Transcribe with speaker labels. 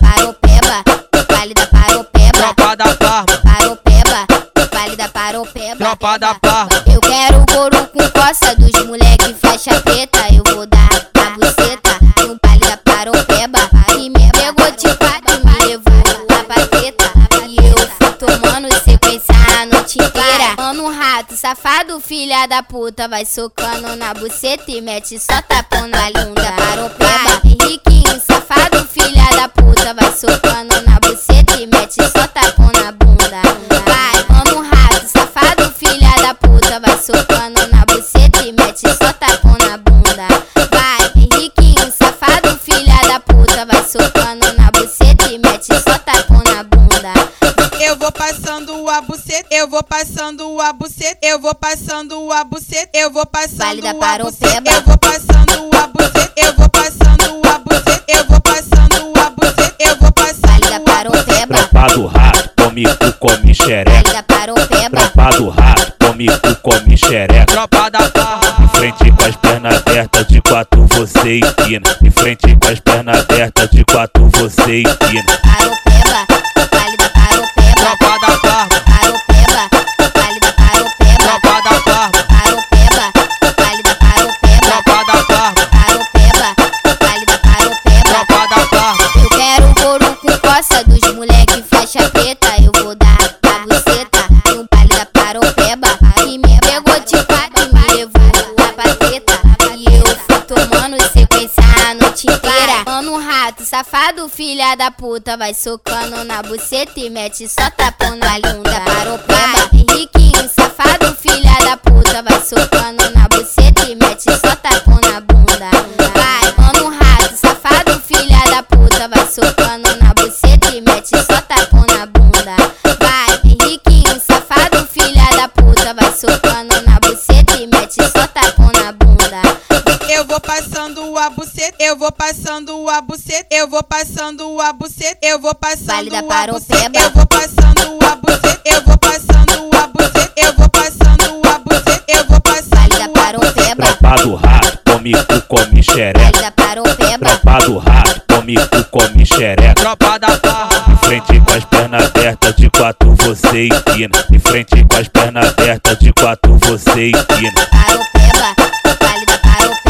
Speaker 1: paropeba, vale da paropeba,
Speaker 2: Tropa da Parma,
Speaker 1: paropeba, vale da paropeba.
Speaker 2: Tropa da Parma.
Speaker 1: Eu quero couro com coça dos moleque faixa preta. Eu vou dar a buceta no baile da paropeba. E me pegou de quatro, me levou na bateta. E eu fui tomando sequência a noite inteira. Mano, um rato, safado, filha da puta. Vai socando na buceta e mete só tapão na linda paropeba. Henriquinho, safado, filha da puta. Vai socando na buceta e mete só tapão na bunda. Vai, mano, rato, safado, filha da puta. Vai socando na buceta e mete só tapão na bunda. Vai, Henriquinho, safado, filha da puta. Vai socando na buceta e mete só tapão na bunda.
Speaker 3: Eu vou passando a buceta, eu vou passando a buceta, eu vou passando a buceta, eu vou
Speaker 1: Vale
Speaker 3: passando
Speaker 1: da
Speaker 3: a buceta,
Speaker 1: Paropeba.
Speaker 3: eu vou passando a buceta, eu vou passando a buceta, eu vou passando a buceta, eu vou
Speaker 1: Vale da
Speaker 3: passando a buceta.
Speaker 1: paropeba.
Speaker 4: Tropa do rato, come cu, come xereca.
Speaker 1: Vale da paropeba.
Speaker 4: Tropa do rato, come cu, come xereca.
Speaker 2: Tropa da Parma,
Speaker 4: Em frente com as pernas abertas, de quatro você empina. Em frente com as pernas abertas, de quatro você empina.
Speaker 1: Paropeba. Vale da paropeba.
Speaker 2: Tropa da Parma,
Speaker 1: Paropeba. Vale da paropeba.
Speaker 2: Tropa da Parma,
Speaker 1: Paropeba. Vale da paropeba.
Speaker 2: Tropa da Parma,
Speaker 1: Paropeba. Vale da paropeba.
Speaker 2: Tropa da Parma,
Speaker 1: Eu quero um couro com coça dos moleque faixa preta. Eu vou dar a buceta no baile da paropeba. E me pegou de quatro, me levou na bateta. E eu fui tomando sequência a noite inteira. Mano, um rato, safado, filha da puta. Vai socando na buceta e mete só tapão na linda paropeba. Henriquinho, safado, filha da puta. Vai socando na buceta e mete só tapão na bunda. Vai, mano, um rato, safado, filha da puta. Vai socando na buceta e mete só tapão na bunda. Vai, Henriquinho, safado, filha da puta. Vai socando na buceta e mete só tapão na bunda.
Speaker 3: Eu vou passando a buceta, eu vou passando a buceta, eu vou passando a buceta, eu vou
Speaker 1: Vale
Speaker 3: passando
Speaker 1: da
Speaker 3: a buceta,
Speaker 1: Paropeba.
Speaker 3: eu vou passando a buceta, eu vou passando a buceta, eu vou passando a buceta, eu vou
Speaker 1: Vale da
Speaker 3: passando a buceta.
Speaker 1: paropeba.
Speaker 4: Tropa do rato, come cu, come xereca.
Speaker 1: Vale da paropeba.
Speaker 4: Tropa do rato, come cu, come xereca.
Speaker 2: Tropa da Parma,
Speaker 4: Em frente com as pernas abertas, de quatro você empina. Em frente com as pernas abertas, de quatro você empina.
Speaker 1: Paropeba. Vale da paropeba.